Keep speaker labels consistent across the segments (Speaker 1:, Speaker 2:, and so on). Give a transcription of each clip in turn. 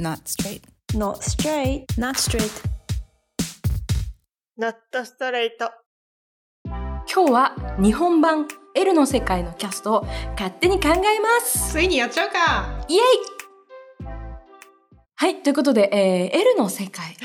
Speaker 1: Not straight.
Speaker 2: Not straight.
Speaker 3: Not straight.
Speaker 4: ノットストレート。
Speaker 3: 今日は日本版 L の世界のキャストを勝手に考えます。
Speaker 4: ついにやっちゃうか。
Speaker 3: イエイはい、ということで、えー、L の世界。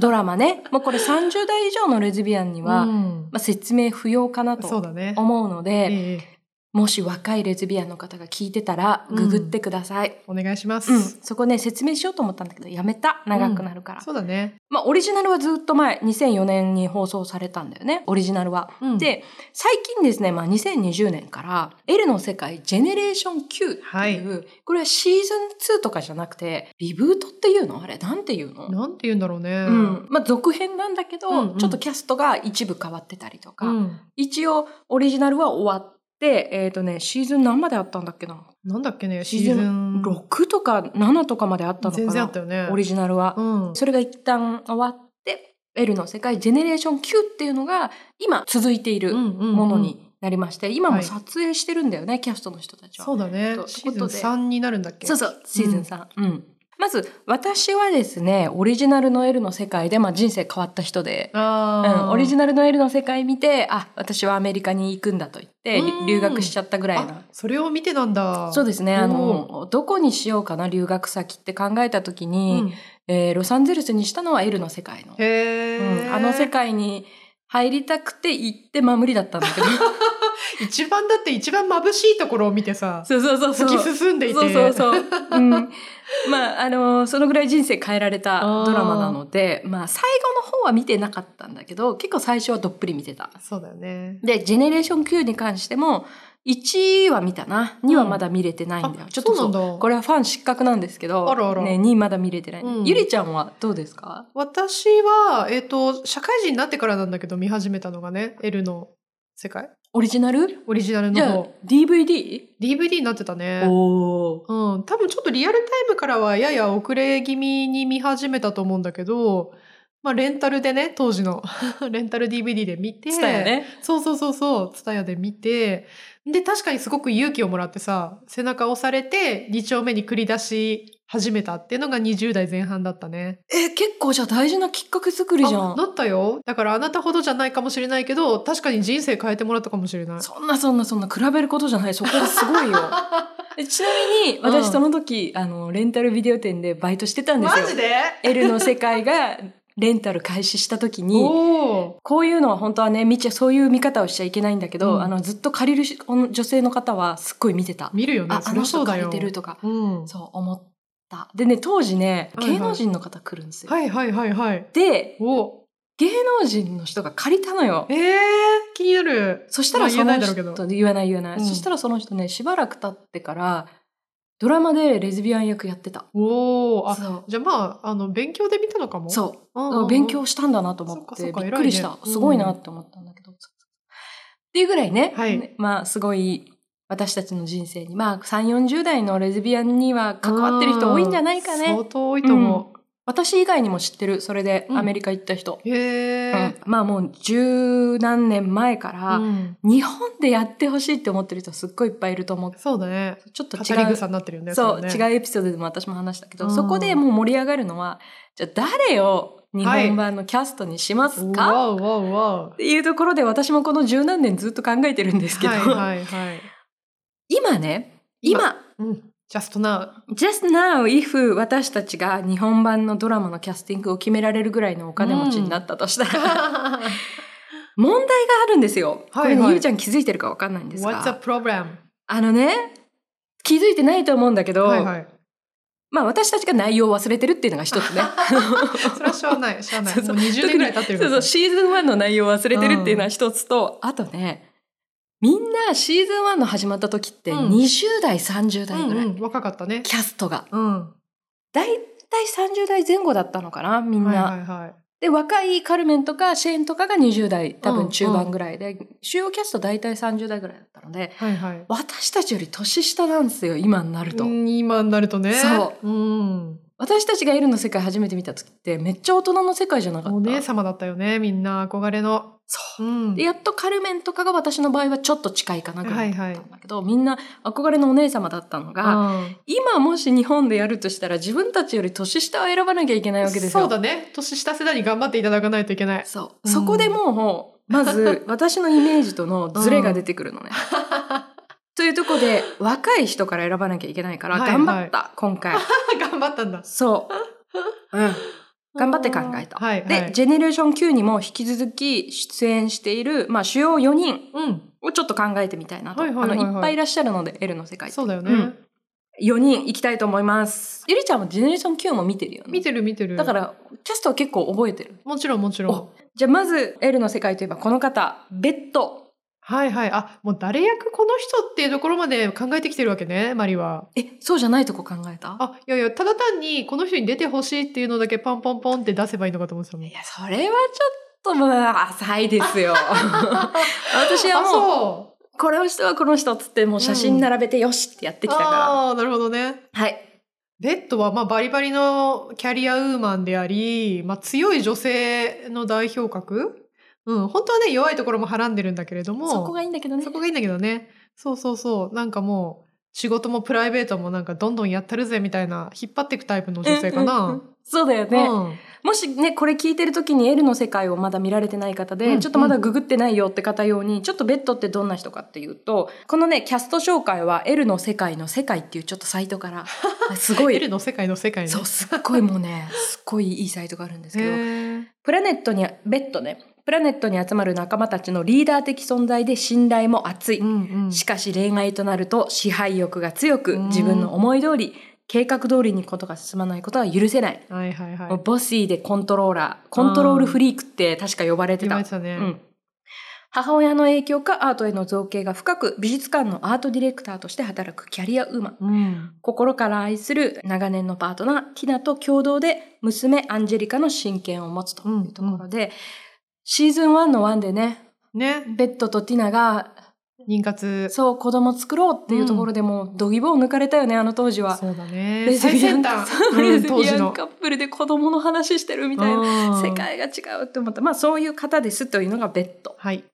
Speaker 3: ドラマね。もうこれ30代以上のレズビアンには、
Speaker 4: う
Speaker 3: ま
Speaker 4: ん
Speaker 3: あ、説明不要かな
Speaker 4: そう
Speaker 3: と
Speaker 4: だね。
Speaker 3: 思うので、
Speaker 4: ええ
Speaker 3: もし若いレズビアンの方が聞いてたら、
Speaker 4: うん
Speaker 3: ググってください。
Speaker 4: お願いしま
Speaker 3: うん、
Speaker 4: す。
Speaker 3: そこね、説明しようと思ったんだけど、やめた。長くなるから。
Speaker 4: そうだね。
Speaker 3: まあ、オリジナルはずっと前、2004年に放送されたんだよね、オリジナルは。
Speaker 4: うん
Speaker 3: で、最近ですね、まあ、2020年から、L の世界ジェネレーション Q っていう、
Speaker 4: はい
Speaker 3: これはシーズン2とかじゃなくて、リブートっていうのあれ、なんていうの
Speaker 4: なんて言うんだろうね。
Speaker 3: うん。まあ、続編なんだけど、
Speaker 4: うんうん
Speaker 3: ちょっとキャストが一部変わってたりとか、
Speaker 4: うん
Speaker 3: 一応、オリジナルは終わって、えっ、とね、シーズン何まであったんだっけな
Speaker 4: なんだっけね、シ
Speaker 3: シ
Speaker 4: ー
Speaker 3: ー
Speaker 4: ズ
Speaker 3: ズン
Speaker 4: ン
Speaker 3: ?6 とか7とかまであったのかな
Speaker 4: 全然あったよね。
Speaker 3: オリジナルは。
Speaker 4: うん。
Speaker 3: それが一旦終わって、L の世界ジェネレーション Q っていうのが今続いている
Speaker 4: うんうんうん
Speaker 3: ものになりまして、今
Speaker 4: は
Speaker 3: も
Speaker 4: い
Speaker 3: 撮影してるんだよね、キャストの人たちは。
Speaker 4: そうだね
Speaker 3: と。
Speaker 4: シー
Speaker 3: という
Speaker 4: ズ
Speaker 3: こと
Speaker 4: ン
Speaker 3: で
Speaker 4: 三になるんだっけ。
Speaker 3: そうそうシーズン3。うん。まず、私はですね、オリジナルの L の世界で、まあ人生変わった人で、う
Speaker 4: ああ、
Speaker 3: ん、オリジ
Speaker 4: ナ
Speaker 3: ナルの L の世界見て、あ、私はアメリカに行くんだと言って、
Speaker 4: うん
Speaker 3: 留学しちゃったぐらいな
Speaker 4: あ、それを見てなんだ。
Speaker 3: そう
Speaker 4: で
Speaker 3: ですね。あの、どこにしようかな、留学先って考えた時に、
Speaker 4: うん、
Speaker 3: えーロサンゼルスにしたのは L の世界の。
Speaker 4: へえ、
Speaker 3: うんあの世。界に入りたくて行って、まあ無理だったんだけど。
Speaker 4: 一番だって一番眩しいところを見てさ、
Speaker 3: そうそうそうそ
Speaker 4: 突
Speaker 3: う。
Speaker 4: き進んでいて。
Speaker 3: そうそうそう。うん。まあ、あのそのぐらい人生変えられたドラマなので、まあ、最後の方は見てなかったんだけど、結構最初はどっぷり見てた。
Speaker 4: そうだよね。
Speaker 3: で、ジェネレーション Q に関しても、1は見たな。2はまだ見れてないんだよ。
Speaker 4: あ
Speaker 3: ちょっと
Speaker 4: そう
Speaker 3: そう
Speaker 4: なんだ。
Speaker 3: これはファン失格なんですけど、
Speaker 4: あらあら
Speaker 3: ね、2まだ見れてない、
Speaker 4: うん
Speaker 3: ゆりちゃんはどうですか
Speaker 4: 私は、えっ、と、社会人になってからなんだけど見始めたのがね、L の世界。
Speaker 3: オリジナル
Speaker 4: オリジナル
Speaker 3: じ
Speaker 4: の
Speaker 3: ゃあ
Speaker 4: 方。、
Speaker 3: DVD?
Speaker 4: DVD になってたね。
Speaker 3: おー。
Speaker 4: うん、多分ちょっとリアルタイムからはやや遅れ気味に見始めたと思うんだけど、まあレンタルでね、当時の レンタル DVD で見て、
Speaker 3: ツタヤね。
Speaker 4: そうそうそうそう、ツタヤで見て、で、確かにすごく勇気をもらってさ、背中を押されて2丁目に繰り出し始めたっていうのが20代前半だったね。
Speaker 3: え、結構じゃあ大事なきっかけ作りじゃ。
Speaker 4: あなんったよ。だからあなたほどじゃないかもしれないけど、確かに人生変えてもらったかもしれない。
Speaker 3: そんなそんなそんな比べることじゃない。そこがすごいよ。 えちなみに、私
Speaker 4: うん
Speaker 3: その時、あの、レンタルビデオ店でバイトしてたんですよ。
Speaker 4: で
Speaker 3: L の世界がレンタル開始した時に、
Speaker 4: おー
Speaker 3: こういうのは本当はね、見ちゃ、そういう見方をしちゃいけないんだけど、
Speaker 4: うん
Speaker 3: あの、ずっと借りるしこの女性の方はすっごい見てた。
Speaker 4: 見るよね。
Speaker 3: あ、
Speaker 4: そ
Speaker 3: あ
Speaker 4: り
Speaker 3: の
Speaker 4: ゃそ
Speaker 3: 人
Speaker 4: うだ
Speaker 3: 借
Speaker 4: よ
Speaker 3: り。てるとか、
Speaker 4: うん。
Speaker 3: そう思った。でね、当時ね、
Speaker 4: はいは
Speaker 3: 芸
Speaker 4: い
Speaker 3: 能人の方来るんですよ。
Speaker 4: はいはいはいはい。
Speaker 3: で、
Speaker 4: お
Speaker 3: 芸能人の人が借りたのよ。
Speaker 4: えー、気になる。
Speaker 3: そしたらそ
Speaker 4: ま
Speaker 3: の
Speaker 4: あ言えないだろうけど
Speaker 3: 人、言わない言わない、
Speaker 4: うん
Speaker 3: そしたらその人ね、しばらく経ってから、ドラマでレズビアン役やってた。
Speaker 4: おお、あ、
Speaker 3: そ
Speaker 4: じゃあまあ、あの、勉強で見たのかも。
Speaker 3: う。
Speaker 4: う。
Speaker 3: そ
Speaker 4: ん
Speaker 3: う。
Speaker 4: うんうん
Speaker 3: 勉強したんだなと思っ
Speaker 4: そ
Speaker 3: て、
Speaker 4: っかそっか
Speaker 3: びっくりし
Speaker 4: 偉い
Speaker 3: た
Speaker 4: ね。うん
Speaker 3: すごいなって思ったんだけど。っていうぐらいね、
Speaker 4: はい
Speaker 3: ねまあ、すごい、私たちの人生に、まあ、3、40代のレズビアンには関わってる人多いんじゃないか
Speaker 4: うん
Speaker 3: ね
Speaker 4: 相。当多いと思
Speaker 3: 私以外にも知ってる。それで、
Speaker 4: うん
Speaker 3: アメリカ行った人。
Speaker 4: う。へ
Speaker 3: う
Speaker 4: え
Speaker 3: ん。まあ、もう、十何年前か
Speaker 4: う
Speaker 3: ら、
Speaker 4: ん。
Speaker 3: 日本でやってほしいって思ってる人すっごいいっぱいいると思う。
Speaker 4: そうだね。
Speaker 3: ちょっと
Speaker 4: 語
Speaker 3: 違
Speaker 4: り
Speaker 3: う。
Speaker 4: 草になってるよね。
Speaker 3: そう、
Speaker 4: れね
Speaker 3: 違うエピソードでも私も話したけど、
Speaker 4: うん
Speaker 3: そこでもう盛り上がるのは、じゃあ誰を日本版のキャストにしますか、
Speaker 4: わうわうわう
Speaker 3: っ。ていうところで私もこの十何年ずっと考えてるんですけど、
Speaker 4: はいはいはい。
Speaker 3: 今ね、今、
Speaker 4: うん。just now。
Speaker 3: just now if 私たちが日本版のドラマのキャスティングを決められるぐらいのお金持ちになったとした ら、問題があるんですよ。
Speaker 4: はいはい
Speaker 3: これね、ゆうちゃん気づいてるかわかんないんです
Speaker 4: What's the
Speaker 3: が、
Speaker 4: problem?
Speaker 3: あのね、気づいてないと思うんだけど、
Speaker 4: はいはい。
Speaker 3: まあ私たちが内容を忘れてるっていうのが 一つね。
Speaker 4: それはしゃあない、しゃあない。
Speaker 3: そうそう
Speaker 4: もう20年ぐらい経ってるか
Speaker 3: そう
Speaker 4: ら
Speaker 3: そう、シーズン1の内容を忘れてるっていうのは一つと、あとね、みんなシーズン1の始まった時って
Speaker 4: うん
Speaker 3: 20代、30代ぐ
Speaker 4: う
Speaker 3: らい、
Speaker 4: んうん、若かったね。
Speaker 3: キャストが。
Speaker 4: うん。
Speaker 3: だいたい30代前後だったのかな、みんな。
Speaker 4: はいはいはい。
Speaker 3: で、若いカルメンとかシェーンとかが20代、多
Speaker 4: うん
Speaker 3: 分中盤ぐらいで、主要キャストだいたい30代ぐらいだったので、
Speaker 4: はいはい。
Speaker 3: 私たちより年下なんですよ、今になると。
Speaker 4: うん今になるとね。。
Speaker 3: そう
Speaker 4: うん。
Speaker 3: 私たちが L の世界初めて見た時って、めっちゃ大人の世界じゃなかった。
Speaker 4: お姉様だったよね、みんな憧れの。
Speaker 3: そう。
Speaker 4: うん
Speaker 3: でやっとカルメンとかが私の場合はちょっと近いかなぐらいだったんだけど、みんな憧れのお姉様だったのが、
Speaker 4: うん
Speaker 3: 今もし日本でやるとしたら自分たちより年下を選ばなきゃいけないわけですよ。
Speaker 4: そうだね年下世代に頑張っていただかないといけない
Speaker 3: そうう。
Speaker 4: ん
Speaker 3: そこでもう、ま ず私のイメージとのズレが出てくるのね。というとこで、若い人から選ばなきゃいけないから、
Speaker 4: はいはい
Speaker 3: 頑張った、今 回。
Speaker 4: 頑張ったんだ
Speaker 3: そう。うん。頑張って考えた。
Speaker 4: はい、は
Speaker 3: で、
Speaker 4: い、
Speaker 3: ジェネレーション Q にも引き続き出演している、まあ、主要4人
Speaker 4: うん
Speaker 3: をちょっと考えてみたいなと。
Speaker 4: は
Speaker 3: あ
Speaker 4: いはいは
Speaker 3: の、
Speaker 4: いはい
Speaker 3: いっぱいいらっしゃるので、L の世界。
Speaker 4: そうだよね、
Speaker 3: うん4人行きたいと思います。ゆりちゃんもジェネレーション Q も見てるよね。
Speaker 4: 見てる見てる
Speaker 3: だから、キャストは結構覚えてる。
Speaker 4: もちろんもちろん
Speaker 3: おじゃあまず L の世界といえばこの方ベッド
Speaker 4: はいはいあもう誰役この人っていうところまで考えてきてるわけねマリは
Speaker 3: えそうじゃないとこ考えた
Speaker 4: あいやいやただ単にこの人に出てほしいっていうのだけパンポンポンって出せばいいのかと思ってたもん
Speaker 3: いやそれはちょっとまあ浅いです よ私は
Speaker 4: あ
Speaker 3: もう
Speaker 4: そ
Speaker 3: これを人はこの人っつってもう写真並べてよしってやっ
Speaker 4: う
Speaker 3: てきたか
Speaker 4: あーなるほどね
Speaker 3: らはい
Speaker 4: ベッドはまあバリバリのキャリアウーマンであり、まあ、強い女性の代表格、うん、本当はね弱いところもはらんでるんだけれども
Speaker 3: そこがいいんだけどね
Speaker 4: そこがいいんだけどねそうそうそうなんかもう仕事もプライベートもなんかどんどんやったるぜみたいな引っ張っていくタイプの女性か
Speaker 3: うんうんう。
Speaker 4: なん
Speaker 3: そうだよね、
Speaker 4: うん
Speaker 3: もしねこれ聞いてる時に L の世界をまだ見られてない方で、
Speaker 4: うん
Speaker 3: ちょっとまだググってないよって方用にちょっとベッドってどんな人かっていうとこのねキャスト紹介は L の世界の世界っていうちょっとサイト からすご
Speaker 4: L
Speaker 3: い
Speaker 4: の世界の世界ね
Speaker 3: そうすっごいもうね すっごいいいサイトがあるんです
Speaker 4: へ
Speaker 3: けど
Speaker 4: ー
Speaker 3: プラネットにベッドねプラネットに集まる仲間たちのリーダー的存在で信頼も厚い、
Speaker 4: うんうん
Speaker 3: しかし恋愛となると支配欲が強く
Speaker 4: うん
Speaker 3: 自分の思い通り計画通りにことが進まないことは許せない
Speaker 4: はいはいはい
Speaker 3: もうボシーでコントローラーコントロールフリークって確か呼ばれて
Speaker 4: 言
Speaker 3: た、
Speaker 4: われてたね、
Speaker 3: うん、母親の影響かアートへの造形が深く美術館のアートディレクターとして働くキャリアウーマン
Speaker 4: うん
Speaker 3: 心から愛する長年のパートナーティナと共同で娘アンジェリカの親権を持つというところで、シーズン1の1でね
Speaker 4: ね
Speaker 3: ベッドとティナが
Speaker 4: 妊活
Speaker 3: そう子供作ろうっていうところでもう度肝を抜かれたよねあの当時は。
Speaker 4: そうだね
Speaker 3: レズビアン
Speaker 4: 最先端
Speaker 3: レ
Speaker 4: う
Speaker 3: ズ
Speaker 4: ん当
Speaker 3: ビ
Speaker 4: 時
Speaker 3: ア
Speaker 4: の
Speaker 3: ンカップルで子供の話してるみたいな。
Speaker 4: な
Speaker 3: 世界が違うって思った。まあそういう方ですというのがベッド。
Speaker 4: はい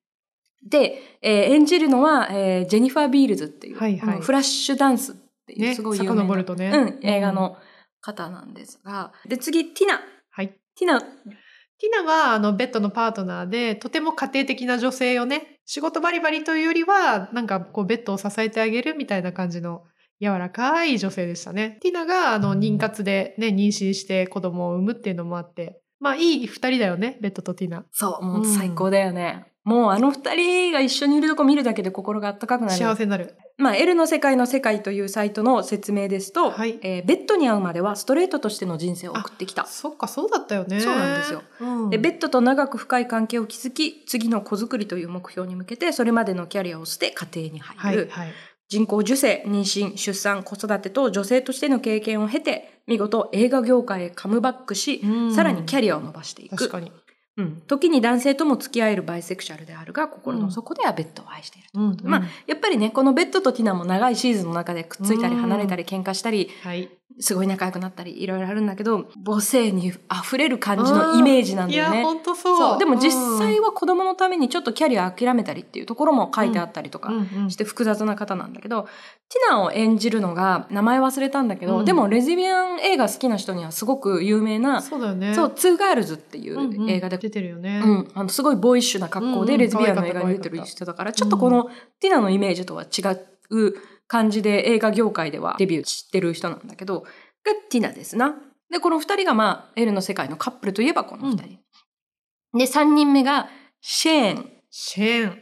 Speaker 3: で、えー演じるのは、えージェニファー・ビールズっていう、
Speaker 4: はいはい
Speaker 3: あのフラッシュダンスっていう、
Speaker 4: ね
Speaker 3: すごい有名な
Speaker 4: 遡るとね
Speaker 3: うん、映画の方なんですが。で、次、ティナ。
Speaker 4: はい
Speaker 3: ティナ、
Speaker 4: ティナはあのベッドのパートナーでとても家庭的な女性をね仕事バリバリというよりはなんかこうベッドを支えてあげるみたいな感じの柔らかい女性でしたね。ティナがあの妊活で、ね、妊娠して子供を産むっていうのもあってまあいい二人だよねベッドとティナ。
Speaker 3: そう、もううん最高だよね。もうあの二人が一緒にいるとこ見るだけで心が温かくなる。
Speaker 4: 幸せになる。
Speaker 3: まあ、L の世界の世界というサイトの説明ですと、
Speaker 4: はい
Speaker 3: えーベッドに会うまではストレートとしての人生を送ってきた。
Speaker 4: そっかそうだったよね。
Speaker 3: そうなんですよ
Speaker 4: うん。
Speaker 3: でベッドと長く深い関係を築き次の子作りという目標に向けてそれまでのキャリアを捨て家庭に
Speaker 4: は
Speaker 3: 入る、
Speaker 4: いはい。
Speaker 3: 人工授精妊娠出産子育てと女性としての経験を経て見事映画業界へカムバックし、さらにキ
Speaker 4: ャ
Speaker 3: ャリアを伸ばしてい
Speaker 4: 確
Speaker 3: く
Speaker 4: か、に。
Speaker 3: うん、時に男性とも付き合えるバイセクシャルであるが心の底ではベッドを愛している、
Speaker 4: うん、
Speaker 3: まあやっぱりねこのベッドとティナも長いシーズンの中でくっついたり
Speaker 4: うん
Speaker 3: 離れたり喧嘩したり
Speaker 4: はい。
Speaker 3: すごい仲良くなったりいろいろあるんだけど母性に溢れる感じのイメージなんだ
Speaker 4: い
Speaker 3: よ
Speaker 4: や
Speaker 3: ね。
Speaker 4: 本当そう。
Speaker 3: そうでも実際
Speaker 4: は、
Speaker 3: は子供のためにちょっとキャリア諦めたりっていうところも書いてあったりと
Speaker 4: うん
Speaker 3: か
Speaker 4: うん
Speaker 3: して複雑な方なんだけど、ティナを演じるのが名前忘れたんだけど、
Speaker 4: うん
Speaker 3: でもレズビアン映画好きな人にはすごく有名な「
Speaker 4: そうだよね。
Speaker 3: そうツーガールズ」ってい
Speaker 4: うんうん
Speaker 3: う映画で、
Speaker 4: 出てるよね。
Speaker 3: うんあのすごいボーイッシュな格好
Speaker 4: うんう
Speaker 3: で
Speaker 4: ん
Speaker 3: レズビアンの
Speaker 4: 可愛
Speaker 3: 映
Speaker 4: かった
Speaker 3: 画に出てる人だからちょっとこのティナのイメージとは違う感じで映画業界ではデビューしてる人なんだけどがティナですな。でこの2人がまあ L の世界のカップルといえばこの2人。で3人目がシェーン。
Speaker 4: シェーン。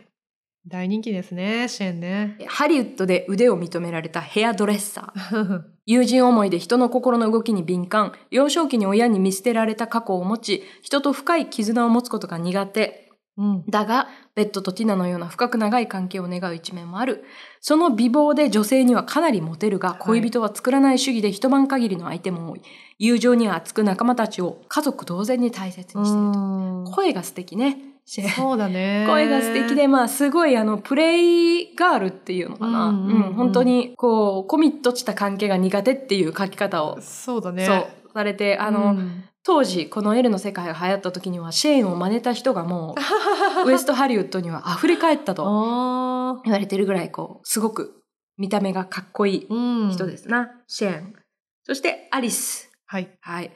Speaker 4: 大人気ですね、シェーンね。
Speaker 3: ハリウッドで腕を認められたヘアドレッサー。友人思いで人の心の動きに敏感。幼少期に親に見捨てられた過去を持ち、人と深い絆を持つことが苦手。
Speaker 4: うん。
Speaker 3: だが、ベッドとティナのような深く長い関係を願う一面もある。その美貌で女性にはかなりモテるが、
Speaker 4: い
Speaker 3: 恋人は作らない主義で一晩限りの相手も多い。友情には熱く仲間たちを家族同然に大切にしていると。声が素敵ね。シェーン
Speaker 4: そうだね。
Speaker 3: 声が素敵で、まあ、すごい、あの、プレイガールっていうのかな。
Speaker 4: う
Speaker 3: うんん
Speaker 4: うんうん
Speaker 3: 本当に、こう、コミットした関係が苦手っていう書き方を、
Speaker 4: そうだね。
Speaker 3: そう、されて、あの、
Speaker 4: うん
Speaker 3: 当時この「エルの世界」が流行った時にはシェーンを真似た人がも うウエストハリウッドには溢れ返ったと
Speaker 4: あ
Speaker 3: 言われてるぐらいこうすごく見た目がかっこいい
Speaker 4: ーうん
Speaker 3: 人ですな、シェーンそしてアリス
Speaker 4: はい、
Speaker 3: はい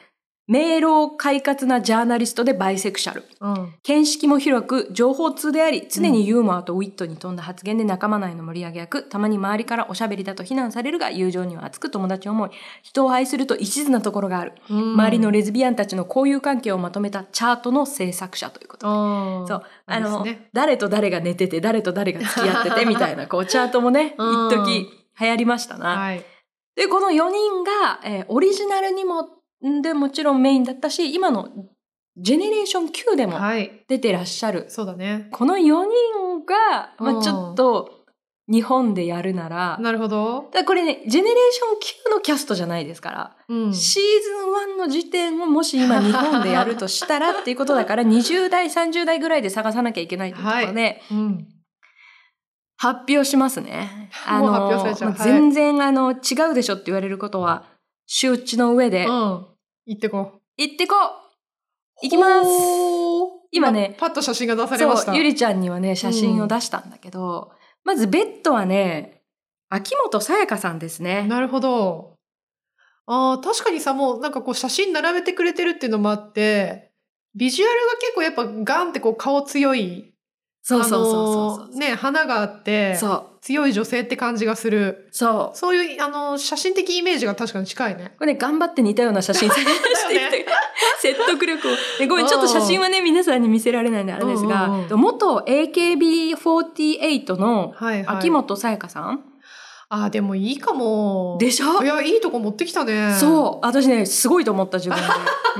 Speaker 3: 明朗快活なジャーナリストでバイセクシャル
Speaker 4: うん、
Speaker 3: 見識も広く情報通であり常にユーモアとウィットに富んだ発言で仲間内の盛り上げ役たまに周りからおしゃべりだと非難されるが友情には熱く友達を思い人を愛すると一途なところがある周
Speaker 4: 周
Speaker 3: りのレズビアンたちの交友関係をまとめたチャートの制作者ということで
Speaker 4: そ
Speaker 3: そうあ
Speaker 4: です
Speaker 3: の、
Speaker 4: ね
Speaker 3: 誰と誰が寝てて誰と誰が付き合っててみたい なこうチャートもね一
Speaker 4: うん
Speaker 3: 時流行りましたな。
Speaker 4: はい、
Speaker 3: でこの4人が、えーオリジナルにもんでもちろんメインだったし今のジェネレーション Q でも
Speaker 4: はい、
Speaker 3: 出てらっしゃる、
Speaker 4: そうだね
Speaker 3: この4人が、ま
Speaker 4: う
Speaker 3: あ、
Speaker 4: ん
Speaker 3: ちょっと日本でやるなら。
Speaker 4: なるほど、
Speaker 3: だからこれね、ジェネレーション Q のキャストじゃないですから。
Speaker 4: うん、
Speaker 3: シーズン1の時点をもし今日本でやるとしたらっていうことだ から20代30代ぐらいで探さなきゃいけないっていうところで、
Speaker 4: うん、
Speaker 3: 発表しますね。あ
Speaker 4: もう
Speaker 3: の
Speaker 4: 発表されちゃう
Speaker 3: まあ
Speaker 4: はい
Speaker 3: 全然あの違うでしょって言われることは周知の上で、
Speaker 4: うん、行ってこ
Speaker 3: 行ってこう行きます今ね、
Speaker 4: パッと写真が出されました
Speaker 3: そうゆりちゃんにはね写真を出したんだけど、まずベッドはね秋元さやかさんですね。
Speaker 4: なるほどあー確かにさもうなんかこう写真並べてくれてるっていうのもあってビジュアルが結構やっぱガンってこう顔強い
Speaker 3: そうそうそうそう
Speaker 4: あ
Speaker 3: そ
Speaker 4: の
Speaker 3: う。
Speaker 4: ーね花があって
Speaker 3: そう
Speaker 4: 強い女性って感じがする
Speaker 3: そう
Speaker 4: そういうあのー写真的イメージが確かに近いね
Speaker 3: これね、頑張って似たような写真探してきて、 説得力を。ねごめん、ちょっと写真はね、皆さんに見せられないんであれです
Speaker 4: うんうん
Speaker 3: が、
Speaker 4: う
Speaker 3: 元 AKB48 の
Speaker 4: はいはい
Speaker 3: 秋元さやかさん、
Speaker 4: あーでもいいかも
Speaker 3: でしょ
Speaker 4: いやいいとこ持ってきたね
Speaker 3: そう。私ね、すごいと思った自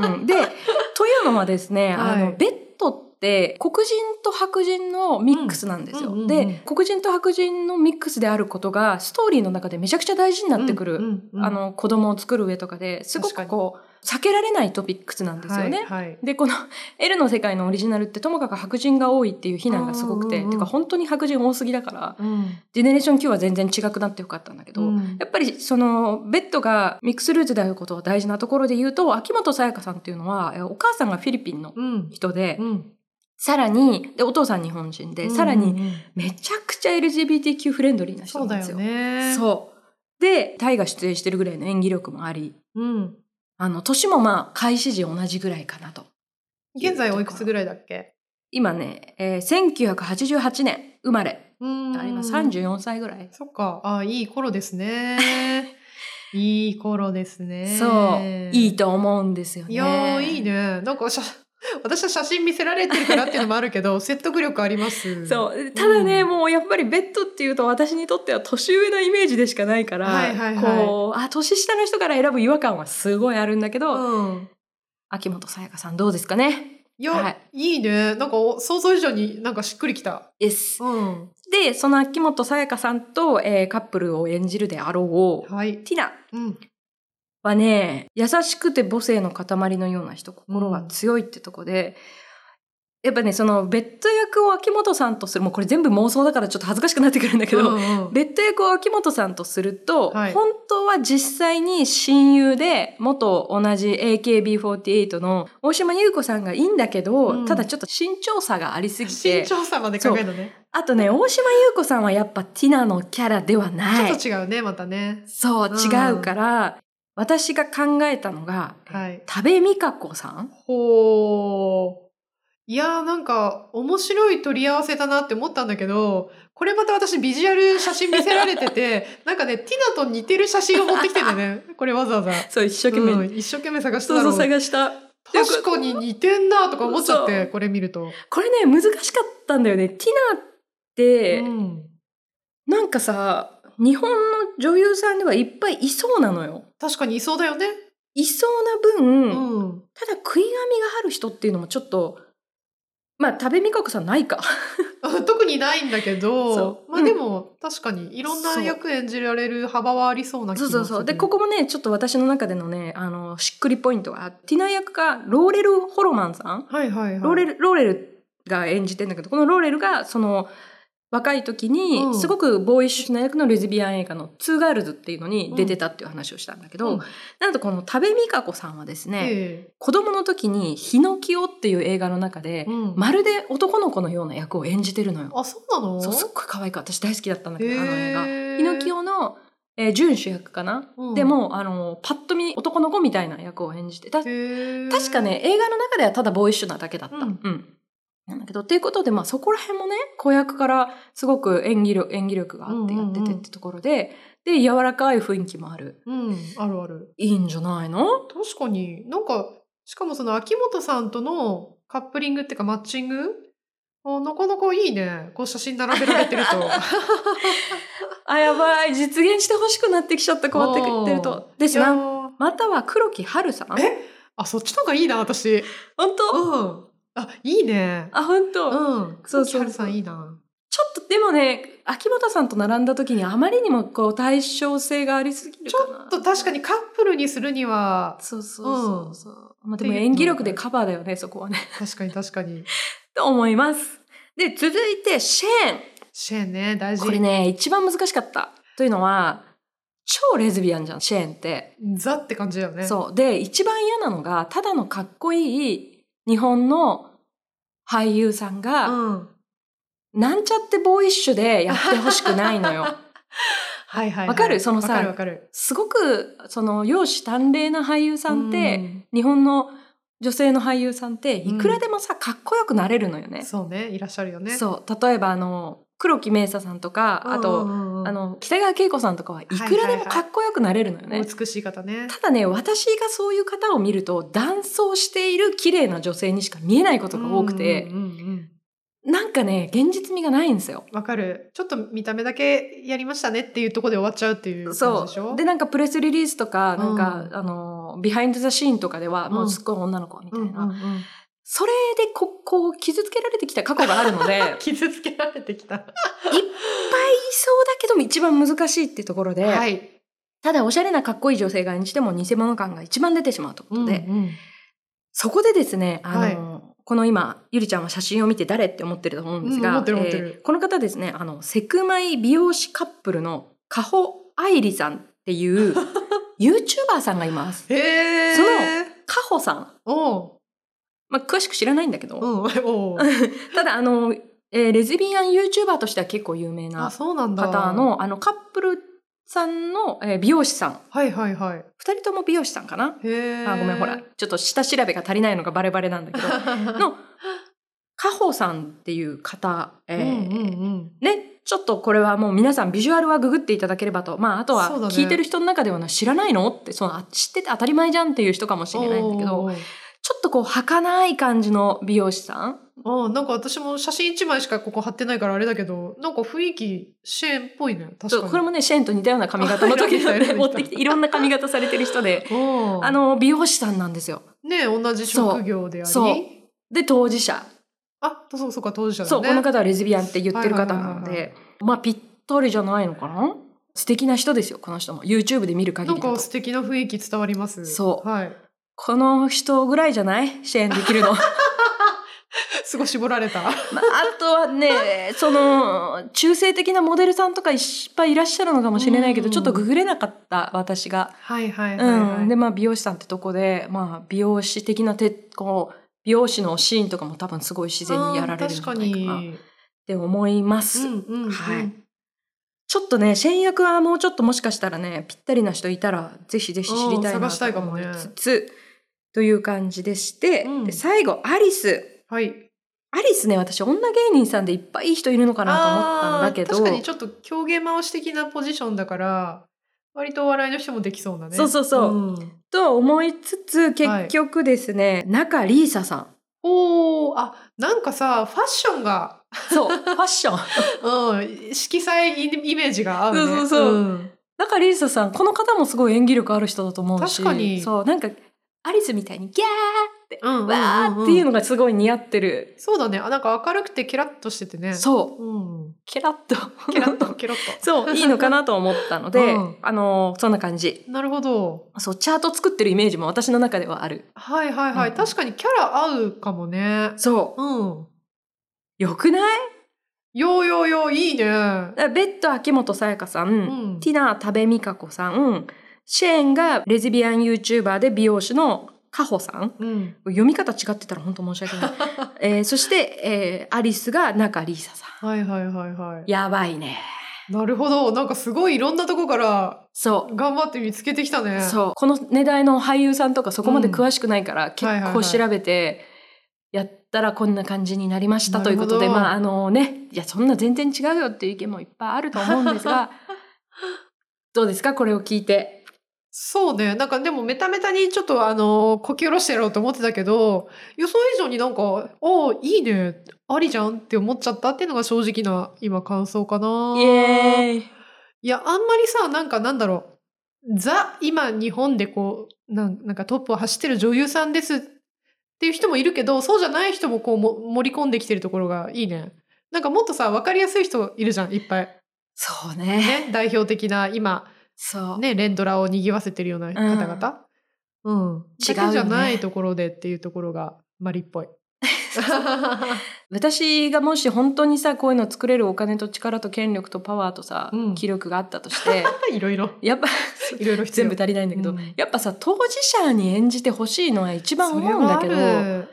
Speaker 3: 分 で。うんで、というのはですね、あ
Speaker 4: はい
Speaker 3: の、ベッドって黒人と白人のミックスなんですよ、
Speaker 4: うんうんうんうん
Speaker 3: で、黒人と白人のミックスであることが、ストーリーの中でめちゃくちゃ大事になってくる。
Speaker 4: うんうんうん
Speaker 3: あの子供を作る上とかですごくこう避けられないトピックスなんですよね。
Speaker 4: はいはい
Speaker 3: でこの「L の世界」のオリジナルってともかく白人が多いっていう非難がすごくて、
Speaker 4: うんうんうん
Speaker 3: てか本当に白人多すぎだから
Speaker 4: うん
Speaker 3: ジェネレーション Q は全然違くなってよかったんだけど、
Speaker 4: うん
Speaker 3: やっぱりそのベッドがミックスルーツであることは大事なところで言うと秋元さやかさんっていうのはえお母さんがフィリピンの
Speaker 4: うん
Speaker 3: 人で、
Speaker 4: うん
Speaker 3: さらにでお父さん日本人で、さら
Speaker 4: うん
Speaker 3: に
Speaker 4: うんうん
Speaker 3: めちゃくちゃ LGBTQ フレンドリーな人
Speaker 4: そう
Speaker 3: なん
Speaker 4: だ
Speaker 3: です
Speaker 4: よ
Speaker 3: よ。
Speaker 4: ね
Speaker 3: そうでタイが出演してるぐらいの演技力もあり
Speaker 4: うん
Speaker 3: あの年もまあ開始時同じぐらいかなと。
Speaker 4: 現在おいくつぐらいだっけ
Speaker 3: 今ね、えー、1988年生まれ、
Speaker 4: うん
Speaker 3: あ今34歳ぐらい、
Speaker 4: そっか。あいい頃ですね。 いい頃ですね。
Speaker 3: そういいと思うんですよね
Speaker 4: いやー、いいね。なんか写、私は写真見せられてるからっていうのもあるけ ど、説得力あります。
Speaker 3: そうただね、
Speaker 4: うん
Speaker 3: もうやっぱりベッドっていうと私にとっては年上のイメージでしかないから、
Speaker 4: はいはいはい
Speaker 3: こうあ年下の人から選ぶ違和感はすごいあるんだけど、
Speaker 4: うん。
Speaker 3: 秋元さやかさんどうですかね
Speaker 4: いや、
Speaker 3: はい
Speaker 4: い、いね。なんかお、想像以上になんかしっくりきた。
Speaker 3: です
Speaker 4: うん。
Speaker 3: でその秋元さやかさんと、えーカップルを演じるであろう、
Speaker 4: はい。
Speaker 3: ティナ
Speaker 4: うん。
Speaker 3: はね優しくて母性の塊のような人心は強いってとこで、やっぱねそのベッド役を秋元さんとするもうこれ全部妄想だからちょっと恥ずかしくなってくるんだけど、
Speaker 4: うんうん
Speaker 3: ベッド役を秋元さんとすると、
Speaker 4: はい
Speaker 3: 本当は実際に親友で元同じ AKB48 の大島優子さんがいいんだけど、
Speaker 4: うん
Speaker 3: ただちょっと身長差がありすぎ
Speaker 4: 身
Speaker 3: て
Speaker 4: 長差まで考えるのね。
Speaker 3: あとね大島優子さんはやっぱティナのキャラではない
Speaker 4: ちょっと違うね、またね。
Speaker 3: そう、
Speaker 4: うん
Speaker 3: 違うから、私が考えたのが、
Speaker 4: はい
Speaker 3: 多部未華子さん
Speaker 4: ほう。いやーなんか面白い取り合わせだなって思ったんだけど、これまた私ビジュアル写真見せられてて、 なんかね、ティナと似てる写真を持ってきてんだよね。これわざわざ。
Speaker 3: そう、一生
Speaker 4: うん一生懸命探してた
Speaker 3: そう
Speaker 4: の
Speaker 3: そう、探した。
Speaker 4: 確かに似てんなとか思っちゃっ
Speaker 3: そう
Speaker 4: て、これ見ると。
Speaker 3: これね、難しかったんだよね。ティナって、
Speaker 4: うん
Speaker 3: なんかさ、日本の女優さんではいっぱいいそうなのよ。
Speaker 4: 確かにいそうだよね。
Speaker 3: いそうな分、
Speaker 4: うん。
Speaker 3: ただ食い髪がある人っていうのもちょっと、まあ、多部未華子さんないか。
Speaker 4: 特にないんだけ
Speaker 3: そ
Speaker 4: ど、
Speaker 3: う
Speaker 4: ま
Speaker 3: う
Speaker 4: あ
Speaker 3: ん
Speaker 4: でも、確かにいろんな役演じられる幅はありそうな気
Speaker 3: そ
Speaker 4: が
Speaker 3: う
Speaker 4: する。
Speaker 3: そうそう。で、ここもね、ちょっと私の中でのね、あの、しっくりポイントが、ティナ役がローレル・ホロマンさん
Speaker 4: はいはいはい。
Speaker 3: ローレル、ローレルが演じてんだけど、このローレルが、その、若い時に、
Speaker 4: うん
Speaker 3: すごくボーイッシュな役のレズビアン映画の「ツーガールズ」っていうのに出てたっていう話をしたんだけど、
Speaker 4: うん
Speaker 3: なんとこの多部未華子さんはですね、
Speaker 4: え
Speaker 3: 子供の時に「ヒノキオ」っていう映画の中で
Speaker 4: え、うん
Speaker 3: まるで男の子のような役を演じてるのよ。
Speaker 4: あそうなの
Speaker 3: そうすっごい可愛く私大好きだったんだけど、あの映画。
Speaker 4: ええ
Speaker 3: ヒノキオの、えー準主役かな、
Speaker 4: うん
Speaker 3: でもあのパッと見男の子みたいな役を演じてた
Speaker 4: へえ
Speaker 3: 確かね映画の中ではただボーイッシュなだけだった。
Speaker 4: う
Speaker 3: うんんなんだけどっていうことで、まあ、そこら辺もね子役からすごく演技力演技力があってやって
Speaker 4: うんうん
Speaker 3: て
Speaker 4: う
Speaker 3: っ
Speaker 4: ん
Speaker 3: てところで、で柔らかい雰囲気もある
Speaker 4: うんあるある
Speaker 3: いいんじゃないの
Speaker 4: 確かになんかしかもその秋元さんとのカップリングっていうかマッチングあなかなかいいねこう写真並べら れてると
Speaker 3: あやばい実現してほしくなってきちゃったこうやって言ってると。です
Speaker 4: いや
Speaker 3: な
Speaker 4: ー
Speaker 3: または黒木春さん
Speaker 4: えあそっちの方がいいな私
Speaker 3: 本当
Speaker 4: うんあいいね
Speaker 3: あ本当、
Speaker 4: うん
Speaker 3: そうそう
Speaker 4: 木春さんいいな
Speaker 3: ちょっとでもね秋元さんと並んだ時にあまりにもこう対称性がありすぎる
Speaker 4: ち
Speaker 3: か
Speaker 4: ょ
Speaker 3: な
Speaker 4: っと確かにカップルにするには
Speaker 3: そうそうそうそう、まあ、でも
Speaker 4: っていう
Speaker 3: 演技力でカバーだよねそこはね
Speaker 4: 確かに確かに
Speaker 3: と思いますで続いてシェーン
Speaker 4: シェーンね大事
Speaker 3: これね一番難しかったというのは超レズビアンじゃんシェーンって、
Speaker 4: ザって感じだよね
Speaker 3: そうで一番嫌なのがただのかっこいい日本の俳優さんが、
Speaker 4: うん
Speaker 3: なんちゃってボーイッシュでやってほしくないの よ
Speaker 4: はいはいはい
Speaker 3: わかるそのさ
Speaker 4: わかるわかる
Speaker 3: すごくその容姿端麗な俳優さんって、
Speaker 4: うん
Speaker 3: 日本の女性の俳優さんって
Speaker 4: うん
Speaker 3: いくらでもさ、かっこよくなれるのよね。
Speaker 4: そうねいらっしゃるよね
Speaker 3: そう例えばあの黒木メイサさんとか、あ
Speaker 4: うんう
Speaker 3: と
Speaker 4: んうん
Speaker 3: あの北川景子さんとかはいくらでもかっこよくなれるのよね。
Speaker 4: お美しい方ね
Speaker 3: ただね私がそういう方を見ると男装している綺麗な女性にしか見えないことが多くて、
Speaker 4: うんうんうんうん
Speaker 3: なんかね現実味がないんですよ。
Speaker 4: わかるちょっと見た目だけやりましたねっていうところで終わっちゃうっていう
Speaker 3: そ
Speaker 4: 感
Speaker 3: う
Speaker 4: じでしょ
Speaker 3: でなんかプレスリリースとかなんか、
Speaker 4: う
Speaker 3: あのビハインド・ザ・シーンとかでは、も
Speaker 4: ん
Speaker 3: うすっごい女の子みた
Speaker 4: う
Speaker 3: い
Speaker 4: ん
Speaker 3: な、
Speaker 4: うんうん
Speaker 3: それでここう傷つけられてきた過去がある ので
Speaker 4: 傷つけられてきた
Speaker 3: いっぱいいそうだけども一番難しいってところで、
Speaker 4: はい
Speaker 3: ただおしゃれなかっこいい女性が演じても偽物感が一番出てしまうということで、
Speaker 4: うんうん
Speaker 3: そこでですねあの、この今ゆりちゃんは写真を見て誰って思ってると思うんです
Speaker 4: うん
Speaker 3: が、
Speaker 4: 思ってる思ってる
Speaker 3: ーこの方ですねあのセクマイ美容師カップルのカホ愛理さんっていう YouTuber さんがいます。
Speaker 4: へえ
Speaker 3: そのカホさん、
Speaker 4: おう
Speaker 3: まあ、詳しく知らないんだけど、
Speaker 4: うん おう
Speaker 3: ただあの、えーレズビアン YouTuber としては結構有名
Speaker 4: あ
Speaker 3: な
Speaker 4: そうなんだ
Speaker 3: 方のあのカップルさんの、えー美容師さん
Speaker 4: はいはいはい
Speaker 3: 2人とも美容師さんかな、
Speaker 4: へえ
Speaker 3: あごめんほらちょっと下調べが足りないのがバレバレなんだ けど
Speaker 4: の
Speaker 3: のカホさんっていう方、え
Speaker 4: うんう
Speaker 3: ー
Speaker 4: ん
Speaker 3: ねちょっとこれはもう皆さんビジュアルはググっていただければとまああとは
Speaker 4: そうだね
Speaker 3: 聞いてる人の中ではな知らないのってそのあ知ってて当たり前じゃんっていう人かもしれないんだけど
Speaker 4: おう
Speaker 3: ちょっとこう儚い感じの美容師さん
Speaker 4: あなんか私も写真一枚しかここ貼ってないからあれだけどなんか雰囲気シェーンっぽいね確
Speaker 3: そ
Speaker 4: かに
Speaker 3: うこれもねシェーンと似たような髪型の時の
Speaker 4: いろん
Speaker 3: ね持
Speaker 4: な人いろんな人
Speaker 3: ってきていろんな髪型されてる人で
Speaker 4: おう
Speaker 3: あの美容師さんなんですよ。
Speaker 4: ね同じ職業であり
Speaker 3: そうそうで当事者
Speaker 4: あそうそうか当事者だね
Speaker 3: そう、この方はレズビアンって言ってる方なの
Speaker 4: はいはいはい
Speaker 3: で、まあぴったりじゃないのかな素敵な人ですよ、この人も。YouTube で見る限
Speaker 4: な
Speaker 3: り
Speaker 4: ん
Speaker 3: だ
Speaker 4: か
Speaker 3: と。
Speaker 4: 素敵な雰囲気伝わります
Speaker 3: そう
Speaker 4: はい
Speaker 3: この人ぐらいじゃない支援できる の。まあ、
Speaker 4: すごい絞られた
Speaker 3: あとはね、その、中性的なモデルさんとかいっぱいいらっしゃるのかもしれないけ
Speaker 4: う
Speaker 3: ど、
Speaker 4: ん
Speaker 3: ちょっとググれなかった、私が。
Speaker 4: はいはいはいはい、
Speaker 3: うん。で、まあ美容師さんってとこで、まあ美容師的な手、こう、美容師のシーンとかも多分すごい自然にやられるんじゃないかな
Speaker 4: う
Speaker 3: っ
Speaker 4: ん確
Speaker 3: て思います。
Speaker 4: かにうんうんうん
Speaker 3: はいちょっとね、シェン役はもうちょっともしかしたらね、ぴったりな人いたら、ぜひぜひ知りたい
Speaker 4: うん
Speaker 3: な
Speaker 4: 探したい
Speaker 3: と
Speaker 4: かも
Speaker 3: 思
Speaker 4: ね
Speaker 3: いつつ、という感じでして、
Speaker 4: うん
Speaker 3: で最後、アリス。
Speaker 4: はい
Speaker 3: アリスね、私、女芸人さんでいっぱいいい人いるのかなと思ったんだけ
Speaker 4: あー
Speaker 3: ど、
Speaker 4: 確かにちょっと狂言回し的なポジションだから割とお笑いの人もできそうだね
Speaker 3: そうそうそう
Speaker 4: うん
Speaker 3: と思いつつ、結局ですね、中リーサさん。
Speaker 4: おーあなんかさファッションが、
Speaker 3: そう、ファッション。
Speaker 4: うん、色彩イメージが合うね
Speaker 3: そうそうそうん 中リーサさん、この方もすごい演技力ある人だと思うし、
Speaker 4: 確かに
Speaker 3: そう、なんか、アリスみたいに、ギャ
Speaker 4: うんうんうんうん
Speaker 3: ーわーっていうのがすごい似合ってる。
Speaker 4: そうだねあなんか明るくてケラッとしててね
Speaker 3: そう、
Speaker 4: うん、
Speaker 3: ケラッと。
Speaker 4: ケラッとケラッ
Speaker 3: そう、いいのかなと思ったので、
Speaker 4: うん
Speaker 3: あのーそんな感じ。
Speaker 4: となるほど
Speaker 3: そう、チャート作ってるイメージも私の中ではある。
Speaker 4: はいはいはい、
Speaker 3: うん
Speaker 4: 確かにキャラ合うかもね
Speaker 3: そ
Speaker 4: うん
Speaker 3: う。よくない
Speaker 4: ようようよう、いいね。
Speaker 3: だからベッド秋元才加さん、
Speaker 4: ん
Speaker 3: ティナ多部未華子さんシェーンがレズビアン YouTuber で美容師のカホさん
Speaker 4: うん。
Speaker 3: 読み方違ってたら本当申し訳 ない、えーそして、えーアリスが中リーサさん
Speaker 4: はいはいはいはい。
Speaker 3: やばいね
Speaker 4: なるほど。なんかすごいいろんなとこから
Speaker 3: そう
Speaker 4: 頑張って見つけてきたね。
Speaker 3: そうこの値代の俳優さんとかそこまで詳しくないから、結
Speaker 4: はいはいは
Speaker 3: 構
Speaker 4: い
Speaker 3: 調べてやったらこんな感じになりましたということで
Speaker 4: なるほど
Speaker 3: まああのねいやそんな全然違うよっていう意見もいっぱいあると思うんです がどうですかこれを聞いて。
Speaker 4: そうね。なんかでもメタメタにちょっとあの、こき下ろしてやろうと思ってたけど、予想以上になんか、ああ、いいね。ありじゃんって思っちゃったっていうのが正直な今感想かな。
Speaker 3: イエーイ
Speaker 4: いや、あんまりさ、なんかなんだろう。ザ、今日本でこう、なんなんかトップを走ってる女優さんですっていう人もいるけど、そうじゃない人もこうも盛り込んできてるところがいいね。なんかもっとさ、わかりやすい人いるじゃん、いっぱい。
Speaker 3: そうね。
Speaker 4: ね、代表的な今、
Speaker 3: そう。
Speaker 4: ね、連ドラを賑わせてるような方々。うん。
Speaker 3: 違うよね
Speaker 4: だけじゃないところでっていうところが、マリっ ぽい。
Speaker 3: 私がもし本当にさこういうの作れるお金と力と権力とパワーとさ、
Speaker 4: うん
Speaker 3: 気力があったとして
Speaker 4: いろいろ、
Speaker 3: やっぱ
Speaker 4: いろいろ必要
Speaker 3: 全部足りないんだけど、
Speaker 4: うん
Speaker 3: やっぱさ当事者に演じてほしいのは一番思うんだけど。
Speaker 4: それはある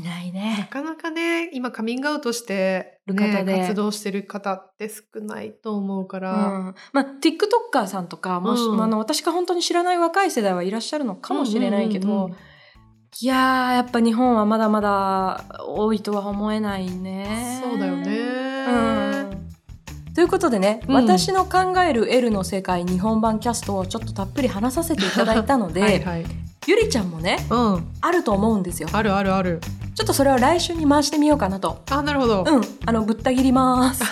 Speaker 3: いや、いない
Speaker 4: な
Speaker 3: ね。
Speaker 4: かなかね、今カミングアウトして、
Speaker 3: る
Speaker 4: ね
Speaker 3: 方で
Speaker 4: 活動してる方って少ないと思うか
Speaker 3: う
Speaker 4: ら。
Speaker 3: ん、まあ TikToker さんとかもし、
Speaker 4: うん
Speaker 3: あの私が本当に知らない若い世代はいらっしゃるのかもしれないけど、
Speaker 4: うんうんうんうん
Speaker 3: いやーやっぱ日本はまだまだ多いとは思えないね。
Speaker 4: そうだよ
Speaker 3: う
Speaker 4: ね。
Speaker 3: んということでね、
Speaker 4: うん
Speaker 3: 私の考える L の世界日本版キャストをちょっとたっぷり話させていただいたので
Speaker 4: はいはい。
Speaker 3: ゆりちゃんもね
Speaker 4: うん。
Speaker 3: あると思うんですよ
Speaker 4: あるあるある。
Speaker 3: ちょっとそれを来週に回してみようかなと
Speaker 4: あ、なるほど。
Speaker 3: うんあのぶった切ります